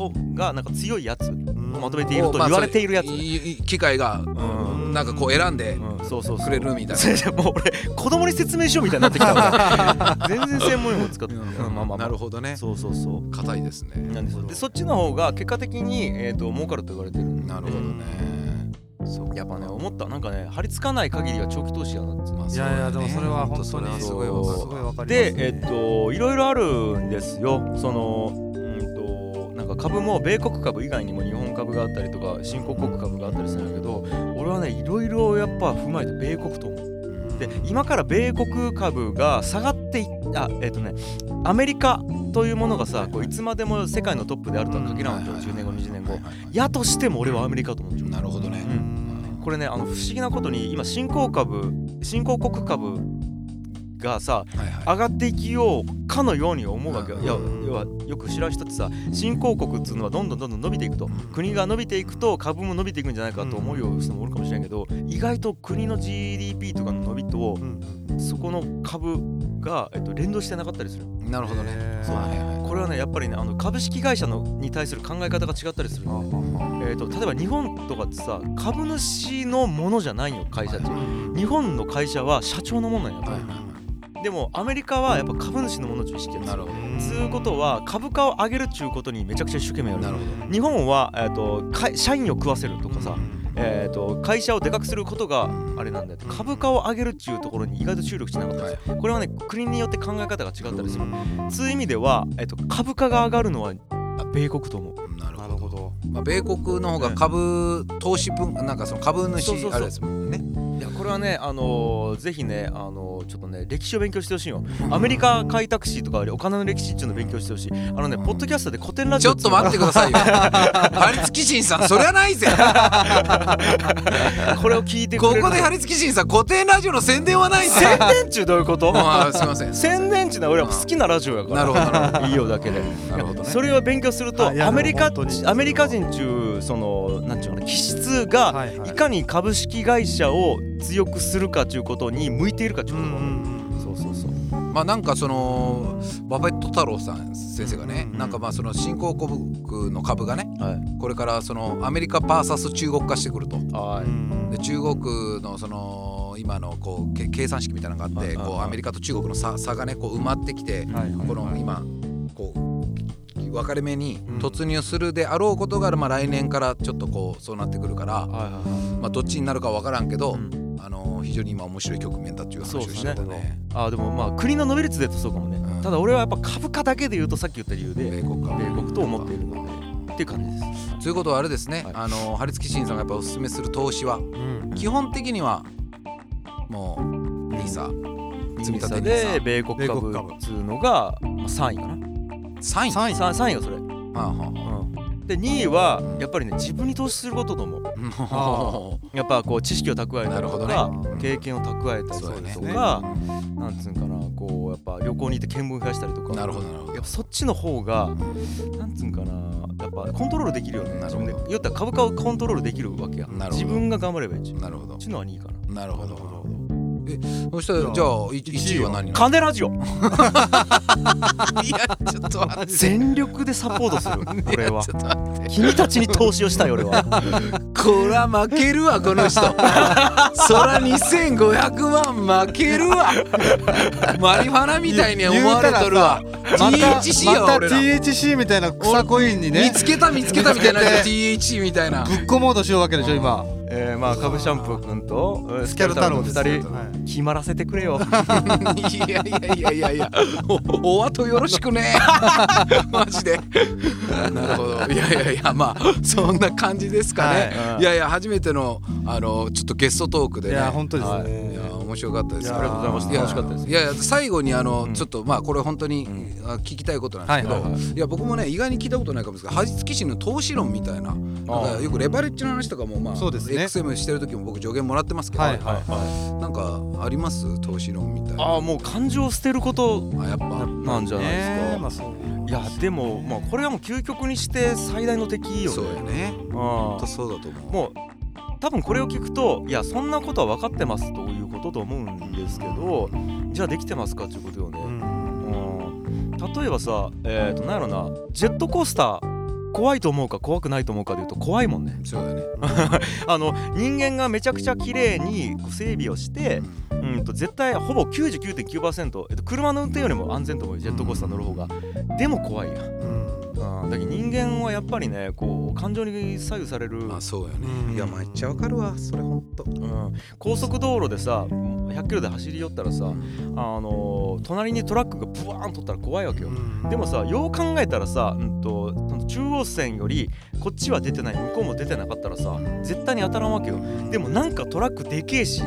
[SPEAKER 3] をがなんか強いやつ
[SPEAKER 2] う
[SPEAKER 3] を
[SPEAKER 2] ん
[SPEAKER 3] まとめていると言われているやつ
[SPEAKER 1] おまあそういい機械が
[SPEAKER 3] ん
[SPEAKER 1] なんかこう選んで
[SPEAKER 3] うんそうそうそう
[SPEAKER 1] くれるみたい
[SPEAKER 3] それじゃもう俺子供に説明しようみたいになってきたわ 全然専門用語使って
[SPEAKER 1] な
[SPEAKER 3] うん まあまあまあ
[SPEAKER 1] なるほどね
[SPEAKER 3] そうそうそう
[SPEAKER 1] 硬いですね
[SPEAKER 3] なんですよでそっちの方が結果的にえーと儲かると言われてるんで
[SPEAKER 1] なるほどねそう
[SPEAKER 3] やっぱね思ったなんかね張り付かない限りは長期投資やなって
[SPEAKER 1] まあ
[SPEAKER 2] い
[SPEAKER 1] そうだ
[SPEAKER 2] や
[SPEAKER 1] ね
[SPEAKER 2] いやでもそれは本当
[SPEAKER 1] それは
[SPEAKER 2] に
[SPEAKER 1] す
[SPEAKER 2] す
[SPEAKER 1] ご
[SPEAKER 2] ご
[SPEAKER 1] い
[SPEAKER 2] い
[SPEAKER 1] わ
[SPEAKER 2] わ
[SPEAKER 1] かる
[SPEAKER 2] すごいわかりますね、
[SPEAKER 3] でえっといろいろあるんですよそのうんとなんか株も米国株以外にも日本株があったりとか新興国株があったりするんだけど俺はねいろいろやっぱ踏まえて米国と思うで今から米国株が下がっていあえっ、とねアメリカというものがさこういつまでも世界のトップであるとは限らんわけよ10年後20年後やとしても俺はアメリカと思っちゃう
[SPEAKER 1] なるほどね
[SPEAKER 2] うん
[SPEAKER 3] これねあの不思議なことに今新興株新興国株がさ
[SPEAKER 1] はいはい
[SPEAKER 3] 上がっていきようかのように思うわけよ。
[SPEAKER 1] うん
[SPEAKER 3] いや要はよく知らん人ってさ新興国っつうのはどんどんどんどん伸びていくと国が伸びていくと株も伸びていくんじゃないかと思うよう人もおるかもしれんけど意外と国の GDP とかの伸びと
[SPEAKER 2] うん
[SPEAKER 3] そこの株が、えっと、連動してなかったりする
[SPEAKER 1] なるほどね
[SPEAKER 2] へー
[SPEAKER 1] そうだね
[SPEAKER 3] これはねやっぱりねあの株式会社のに対する考え方が違ったりするの、えっと例えば日本とかってさ株主のものじゃないよ会社って日本の会社は社長のものなんや
[SPEAKER 1] はい
[SPEAKER 3] やっ
[SPEAKER 1] は
[SPEAKER 3] ぱ
[SPEAKER 1] いは
[SPEAKER 3] りでもアメリカはやっぱ株主のものという意識が強
[SPEAKER 1] い
[SPEAKER 3] い
[SPEAKER 1] なるほど
[SPEAKER 3] つうことは株価を上げるっちゅうことにめちゃくちゃ一生懸命やる
[SPEAKER 1] なるほ
[SPEAKER 3] 日本は、えー、とか社員を食わせるとかさ、えー、と会社をでかくすることがあれなんだよ株価を上げるっちゅうところに意外と注力しなかった
[SPEAKER 1] ど
[SPEAKER 3] ん
[SPEAKER 1] は
[SPEAKER 3] で
[SPEAKER 1] い
[SPEAKER 3] すよこれはね国によって考え方が違ったりするつう意味では、えー、と株価が上がるのはあ米国と思う
[SPEAKER 1] なる
[SPEAKER 2] な
[SPEAKER 1] ほ
[SPEAKER 2] る
[SPEAKER 1] ど
[SPEAKER 2] ほど
[SPEAKER 1] まあ米国の方が株投資分なんかその株
[SPEAKER 3] そうそう
[SPEAKER 1] 主
[SPEAKER 3] そう
[SPEAKER 1] あれですもんね
[SPEAKER 3] いやこれはねあのーぜひねあのーちょっとね歴史を勉強してほしいよアメリカ開拓史とかお金の歴史っていうのを勉強してほしいあのねポッドキャストで古典ラジ
[SPEAKER 1] ち
[SPEAKER 3] オ
[SPEAKER 1] ょっと待ってください よ張り付き新さんそりゃないぜ
[SPEAKER 3] これを聞いてく
[SPEAKER 1] こ
[SPEAKER 3] れる
[SPEAKER 1] こ で張り付き新さん固定ラジオの宣伝はないぜ
[SPEAKER 3] 宣伝中どういうこと
[SPEAKER 1] あーすいません
[SPEAKER 3] 宣伝地な俺は好きなラジオやから
[SPEAKER 1] なるほどなる
[SPEAKER 3] いいよだけで
[SPEAKER 1] ほどなるほどね
[SPEAKER 3] それを勉強すると
[SPEAKER 2] あいや
[SPEAKER 3] アメリカ
[SPEAKER 2] でも本当に
[SPEAKER 3] アメリカ人中そのなんちゅうのかな気質が
[SPEAKER 2] はいはい
[SPEAKER 3] いかに株式会社を強くするかということに向いているかといううことが
[SPEAKER 2] ん
[SPEAKER 3] 分かるそうそうそう
[SPEAKER 1] まあなんかそのバフェット太郎さん先生がね
[SPEAKER 2] うんうん
[SPEAKER 1] なんかまあその新興国の株がね
[SPEAKER 3] はい
[SPEAKER 1] これからそのアメリカ VS 中国化してくると
[SPEAKER 3] は
[SPEAKER 2] うんうん
[SPEAKER 1] で中国のその今のこうけ計算式みたいなのがあっ
[SPEAKER 3] は
[SPEAKER 1] て
[SPEAKER 3] いはいはい
[SPEAKER 1] こうアメリカと中国の差差がねこう埋まってきて
[SPEAKER 2] はいはい
[SPEAKER 1] この今こう分かれ目に突入するであろうことがまあ来年からちょっとこうそうなってくるから
[SPEAKER 3] はいはいはい
[SPEAKER 1] まあどっちになるか分からんけど
[SPEAKER 3] う
[SPEAKER 1] あの非常に今面白い局面だっていう話
[SPEAKER 3] そ
[SPEAKER 1] を
[SPEAKER 3] うで
[SPEAKER 1] し
[SPEAKER 3] す
[SPEAKER 1] て
[SPEAKER 3] ね
[SPEAKER 1] たね。
[SPEAKER 3] あーでもまあ国の伸び率で言うとそうかもね、
[SPEAKER 1] うん
[SPEAKER 3] ただ俺はやっぱ株価だけで言うとさっき言った理由で
[SPEAKER 1] 米国か
[SPEAKER 3] 米国と思っているのでっていう感じです
[SPEAKER 1] ということはあれですね、
[SPEAKER 3] はい
[SPEAKER 1] あの張付新さんがやっぱおすすめする投資は
[SPEAKER 2] うん
[SPEAKER 1] 基本的にはもうーサ積み
[SPEAKER 3] 積み
[SPEAKER 1] 立
[SPEAKER 3] 立
[SPEAKER 1] て
[SPEAKER 3] て
[SPEAKER 1] NISA
[SPEAKER 3] で米国株
[SPEAKER 2] 米国株
[SPEAKER 3] っつうのがまあ3位かな
[SPEAKER 1] 3位
[SPEAKER 2] 三位
[SPEAKER 3] 3, 3位がそれ、
[SPEAKER 1] はあは
[SPEAKER 3] で2位はやっぱりね自分に投資することと思う
[SPEAKER 1] あはあ
[SPEAKER 2] あ
[SPEAKER 3] やっぱこう知識を蓄えた
[SPEAKER 1] なる
[SPEAKER 3] り
[SPEAKER 1] ほ
[SPEAKER 3] と
[SPEAKER 1] ど
[SPEAKER 3] か、
[SPEAKER 1] ね
[SPEAKER 3] 経験を蓄えた り
[SPEAKER 1] そうだ
[SPEAKER 3] と
[SPEAKER 2] ね
[SPEAKER 3] か、なんつうんかなこうやっぱ旅行に行って見聞増やしたりとか
[SPEAKER 1] なるほどなるほ
[SPEAKER 3] や
[SPEAKER 1] ど
[SPEAKER 3] っぱそっちの方がなんつうんかなやっぱコントロールできるよね
[SPEAKER 1] なる
[SPEAKER 3] 自
[SPEAKER 1] ほど
[SPEAKER 3] 分で要ったら株価をコントロールできるわけや
[SPEAKER 1] なるほど
[SPEAKER 3] 自分が頑張ればいいじゃんこ
[SPEAKER 1] なるほど
[SPEAKER 3] っちのは2位かな
[SPEAKER 1] なるほ
[SPEAKER 2] なる
[SPEAKER 1] ど
[SPEAKER 2] ほど
[SPEAKER 1] そしたらじゃあ1位は何なの
[SPEAKER 3] 金ラジオ
[SPEAKER 1] いやちょっと待って
[SPEAKER 3] 全力でサポー トする
[SPEAKER 1] いや
[SPEAKER 3] 俺 は
[SPEAKER 1] ちょっと待って
[SPEAKER 3] 君たちに投資をしたい俺は
[SPEAKER 1] こら負けるわこの人そら2500万負けるわマリファナみたいに思われとるわ
[SPEAKER 2] また
[SPEAKER 1] THC よ
[SPEAKER 2] また
[SPEAKER 1] 俺ら
[SPEAKER 2] THC みたいな草コインにね
[SPEAKER 1] 見つけた見つけたみたいな
[SPEAKER 2] 見つけて
[SPEAKER 1] THC みたいな
[SPEAKER 2] ぶっ込もうとしようわけでしょ今
[SPEAKER 3] えーまあ株シャンプー君とえースキャル太郎の2人
[SPEAKER 2] はい
[SPEAKER 3] 決まらせてくれよ
[SPEAKER 1] いやいやいやいやいや、おお後よろしくね。 マジで。なるほど。いやいやいや、まあそんな感じですかね。
[SPEAKER 3] はい
[SPEAKER 1] い、やいや初めてのあのちょっとゲストトークで
[SPEAKER 2] い
[SPEAKER 1] ね。
[SPEAKER 2] や本当です
[SPEAKER 1] い
[SPEAKER 2] ね
[SPEAKER 1] や面白かったです。
[SPEAKER 2] いや
[SPEAKER 3] ありがとうございま
[SPEAKER 1] い
[SPEAKER 3] し
[SPEAKER 1] や
[SPEAKER 3] た楽しかったです
[SPEAKER 1] いやいや最後にあの、
[SPEAKER 3] うん
[SPEAKER 1] ちょっとまあこれ本当に、あ聞きたいことなんですけど、
[SPEAKER 2] はいい
[SPEAKER 3] はいはい
[SPEAKER 1] や僕もね意外に聞いたことないかもですけど羽付士の投資論みたいななんかよくレバレッジの話とかもまあ、
[SPEAKER 2] そうですね
[SPEAKER 1] XM してる時も僕助言もらってますけど、
[SPEAKER 2] はいはい
[SPEAKER 3] い
[SPEAKER 1] なんかあります投資論みたいな。
[SPEAKER 3] ああもう感情を捨てること
[SPEAKER 1] あやっぱ
[SPEAKER 3] なんじゃないですか、
[SPEAKER 2] ねまあそう
[SPEAKER 3] いやでも、まあ、これはもう究極にして最大の敵よね
[SPEAKER 1] そうやね。
[SPEAKER 3] うん
[SPEAKER 1] 本当そうだと思う。
[SPEAKER 3] もう多分これを聞くといやそんなことは分かってますということと思うんですけどじゃあできてますかっていうことよ
[SPEAKER 2] う
[SPEAKER 3] ね、
[SPEAKER 2] ん
[SPEAKER 3] うん、例えばさえっ、となんやろなジェットコースター怖いと思うか怖くないと思うかでいうと怖いもんね
[SPEAKER 1] そうだね。
[SPEAKER 3] あの人間がめちゃくちゃ綺麗にこう整備をしてうんと絶対ほぼ99.9%、えっと、車の運転よりも安全と思うよジェットコースター乗る方がでも怖いやんうんだけど人間はやっぱりねこう感情に左右される、
[SPEAKER 1] まあそうやね。
[SPEAKER 2] うん
[SPEAKER 1] いやまあめっちゃわかるわ。それ本当。
[SPEAKER 3] うん高速道路でさ100キロで走り寄ったらさ、あのー隣にトラックがブワーンとったら怖いわけよ、
[SPEAKER 2] うん
[SPEAKER 3] でもさよう考えたらさ、うん、とその中央線よりこっちは出てない向こうも出てなかったらさ絶対に当たらんわけよでもなんかトラックでけえし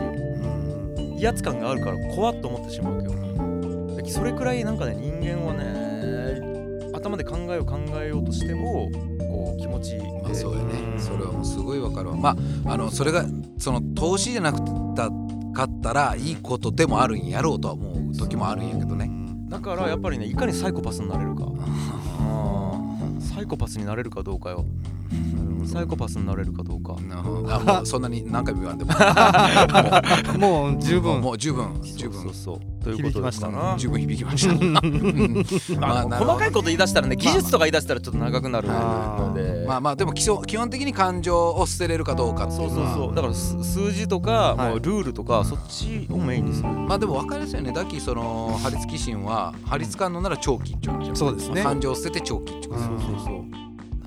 [SPEAKER 3] 威圧感があるから怖っと思ってしまうわけよだけどそれくらいなんかね人間はね頭で考えを考えようとしてもこう気持ちで
[SPEAKER 1] まあそうやね。
[SPEAKER 2] うん
[SPEAKER 1] それはもうすごいわかるわ。まああのそれがその投資じゃなくたかったらいいことでもあるんやろうとは思う時もあるんやけどね。
[SPEAKER 3] だからやっぱりねいかにサイコパスになれるかサイコパスになれるかどうかよサイコパスになれるかどうか
[SPEAKER 1] なるほどあもうそんなに何回も言わんでも
[SPEAKER 2] もう十
[SPEAKER 1] もう
[SPEAKER 2] 分
[SPEAKER 1] もう十分十
[SPEAKER 3] そう
[SPEAKER 1] 分
[SPEAKER 3] そうそうということですか
[SPEAKER 2] う
[SPEAKER 3] な
[SPEAKER 1] 十分響きました。うん
[SPEAKER 3] まあ
[SPEAKER 1] なるほど
[SPEAKER 3] 細かいこと言い出したらね技術とか言い出したらちょっと長くなるので
[SPEAKER 1] まあまあでも基礎基本的に感情を捨てれるかどうかってい
[SPEAKER 3] そうう
[SPEAKER 1] の
[SPEAKER 3] そう
[SPEAKER 1] は
[SPEAKER 3] そうだからす数字とか
[SPEAKER 2] はい
[SPEAKER 3] もうルールとかそっちをメインにする
[SPEAKER 1] まあでも分かりやすいよね。だきその張り付き神は張り付かんのなら長期っていう話じゃん
[SPEAKER 2] そうですね
[SPEAKER 1] 感情を捨てて長期っていうこと
[SPEAKER 2] ん
[SPEAKER 3] そうそうそう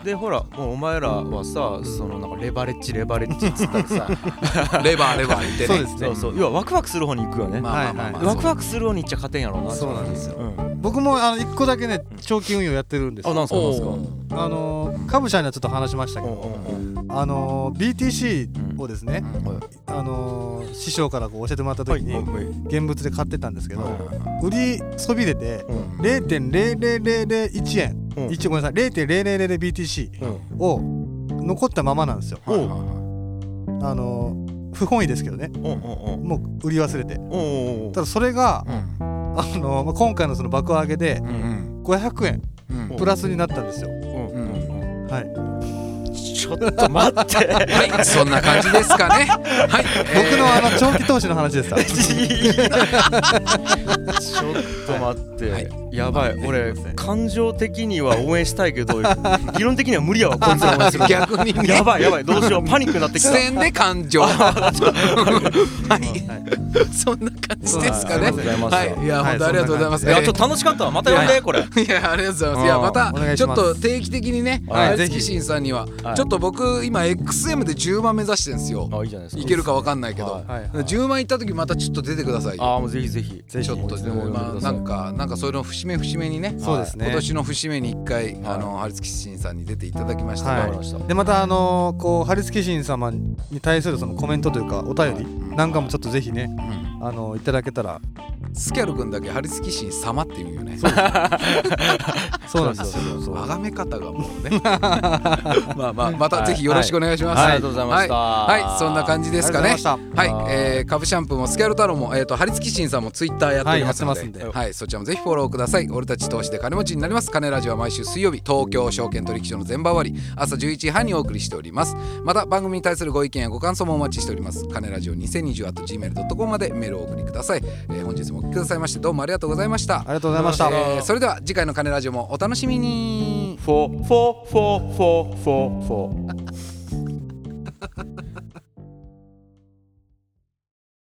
[SPEAKER 3] でほらもうお前らはさそのなんかレバレッジレバレッジっつったらさ
[SPEAKER 1] レバーレバー言ってね。
[SPEAKER 2] そうですね
[SPEAKER 3] そうそう要はワクワクする方に行くよね
[SPEAKER 1] まあまあまあまあ。
[SPEAKER 3] ワクワクする方に行っちゃ勝てんやろうな
[SPEAKER 2] そうなんですよ
[SPEAKER 3] うん
[SPEAKER 2] 僕もあの一個だけね長期運用やってるんです
[SPEAKER 3] あ
[SPEAKER 2] よ
[SPEAKER 3] なんすかなんすか
[SPEAKER 1] おー
[SPEAKER 2] あのー株社にはちょっと話しましたけ
[SPEAKER 3] おう
[SPEAKER 2] ど
[SPEAKER 3] おうおう
[SPEAKER 2] あのー BTC をですね
[SPEAKER 1] うん
[SPEAKER 2] あのー師匠からこう教えてもらった
[SPEAKER 3] は
[SPEAKER 2] 時
[SPEAKER 3] い
[SPEAKER 2] に
[SPEAKER 3] はい
[SPEAKER 2] 現物で買ってたんですけど
[SPEAKER 1] う
[SPEAKER 2] 売りそびれて
[SPEAKER 3] うん
[SPEAKER 2] 0.0001円
[SPEAKER 3] うん
[SPEAKER 2] 一ごめんなさい 0.0000BTC
[SPEAKER 3] うん
[SPEAKER 2] を残ったままなんですよ
[SPEAKER 1] んはいはいは
[SPEAKER 2] あのー不本意ですけどね
[SPEAKER 3] うんうん
[SPEAKER 2] もう売り忘れて
[SPEAKER 3] うんうんうん
[SPEAKER 2] ただそれが
[SPEAKER 1] いうん
[SPEAKER 2] あのーまあ今回のその爆上げで
[SPEAKER 1] うん
[SPEAKER 2] 500円
[SPEAKER 1] うん
[SPEAKER 3] お
[SPEAKER 1] うん
[SPEAKER 2] プラスになったんですよ
[SPEAKER 3] うんうんうん
[SPEAKER 2] はい
[SPEAKER 3] ちょっと待って
[SPEAKER 1] はいそんな感じですかね。はい。
[SPEAKER 2] 僕のあの長期投資の話でした
[SPEAKER 3] ちょっと待って、
[SPEAKER 1] はい
[SPEAKER 3] やばい、
[SPEAKER 1] まあ
[SPEAKER 3] 俺
[SPEAKER 1] すいません
[SPEAKER 3] 感情的には応援したいけど理論的には無理やわこいつら応援する
[SPEAKER 1] えー逆にね
[SPEAKER 3] やばいやばいどうしようパニックになってき
[SPEAKER 1] 視
[SPEAKER 3] た
[SPEAKER 1] 点で感情。はい。そんな感じですかね。
[SPEAKER 3] そうですね
[SPEAKER 1] はい。いや
[SPEAKER 2] はい
[SPEAKER 1] 本当ありがとうございます。
[SPEAKER 3] いやちょっと楽しかったわまた呼ん
[SPEAKER 1] い
[SPEAKER 3] でこれ
[SPEAKER 1] いやありがとうございます。いや
[SPEAKER 3] うん
[SPEAKER 1] ま
[SPEAKER 2] お
[SPEAKER 1] た
[SPEAKER 2] 願い
[SPEAKER 1] ち
[SPEAKER 2] し
[SPEAKER 1] ょ
[SPEAKER 2] ま
[SPEAKER 1] っ
[SPEAKER 2] す
[SPEAKER 1] と定期的にね、
[SPEAKER 3] はい
[SPEAKER 1] はい、
[SPEAKER 2] ぜ
[SPEAKER 1] 月
[SPEAKER 2] ひ
[SPEAKER 1] 新さんには、
[SPEAKER 3] はい
[SPEAKER 1] ちょっと僕今 XM で10万目指してるんですよ。
[SPEAKER 3] あいいじゃないですか
[SPEAKER 1] いけるかわかんないけど、
[SPEAKER 3] はい
[SPEAKER 2] はいはい
[SPEAKER 1] 10万いった時またちょっと出てくださいよ。
[SPEAKER 3] ああもうぜひぜひ
[SPEAKER 2] ぜひ
[SPEAKER 1] ちょっと
[SPEAKER 3] いつでも呼んで
[SPEAKER 1] まあ
[SPEAKER 3] く
[SPEAKER 1] な
[SPEAKER 3] ださい
[SPEAKER 1] んかなんかそれの節目節目にね。
[SPEAKER 2] そうですね
[SPEAKER 1] 今年の節目に一回、あの張月新さんに出ていただきましたが、
[SPEAKER 3] わ
[SPEAKER 2] は
[SPEAKER 3] か
[SPEAKER 2] い
[SPEAKER 3] りました
[SPEAKER 2] でまたあのーこうハリスケ神様に対するそのコメントというかお便りなんかもちょっとぜひね
[SPEAKER 1] うん
[SPEAKER 2] あのいただけたら
[SPEAKER 1] スキャル君だけハリスキシン様って言うよね
[SPEAKER 2] そうなんですよそう
[SPEAKER 1] あがめ方がもうね
[SPEAKER 3] ま あまあ
[SPEAKER 1] またぜひよろしくお願いします、
[SPEAKER 3] はいありがとうございました
[SPEAKER 1] はい、はいそんな感じですかね
[SPEAKER 2] ありがとうご
[SPEAKER 1] は
[SPEAKER 3] ざ
[SPEAKER 1] い
[SPEAKER 3] いました、
[SPEAKER 1] えー、株シャンプーもスキャル太郎も、えー、とハリツキシンさんもツイッターやっておりますので,、
[SPEAKER 2] はいやってます
[SPEAKER 3] んで
[SPEAKER 1] はい、そちらもぜひフォローください俺たち投資で金持ちになります金ラジオは毎週水曜日東京証券取引所の全場終わり朝11時半にお送りしておりますまた番組に対するご意見やご感想もお待ちしております金ラジオ 2020.gmail.com までメールをお送りください、えー、本日もお聞きくださいましてどうもありがとうございました
[SPEAKER 2] ありがとうございました
[SPEAKER 1] えーそれでは次回の金ラジオもお楽しみに
[SPEAKER 3] フォフォフォフォフォフォ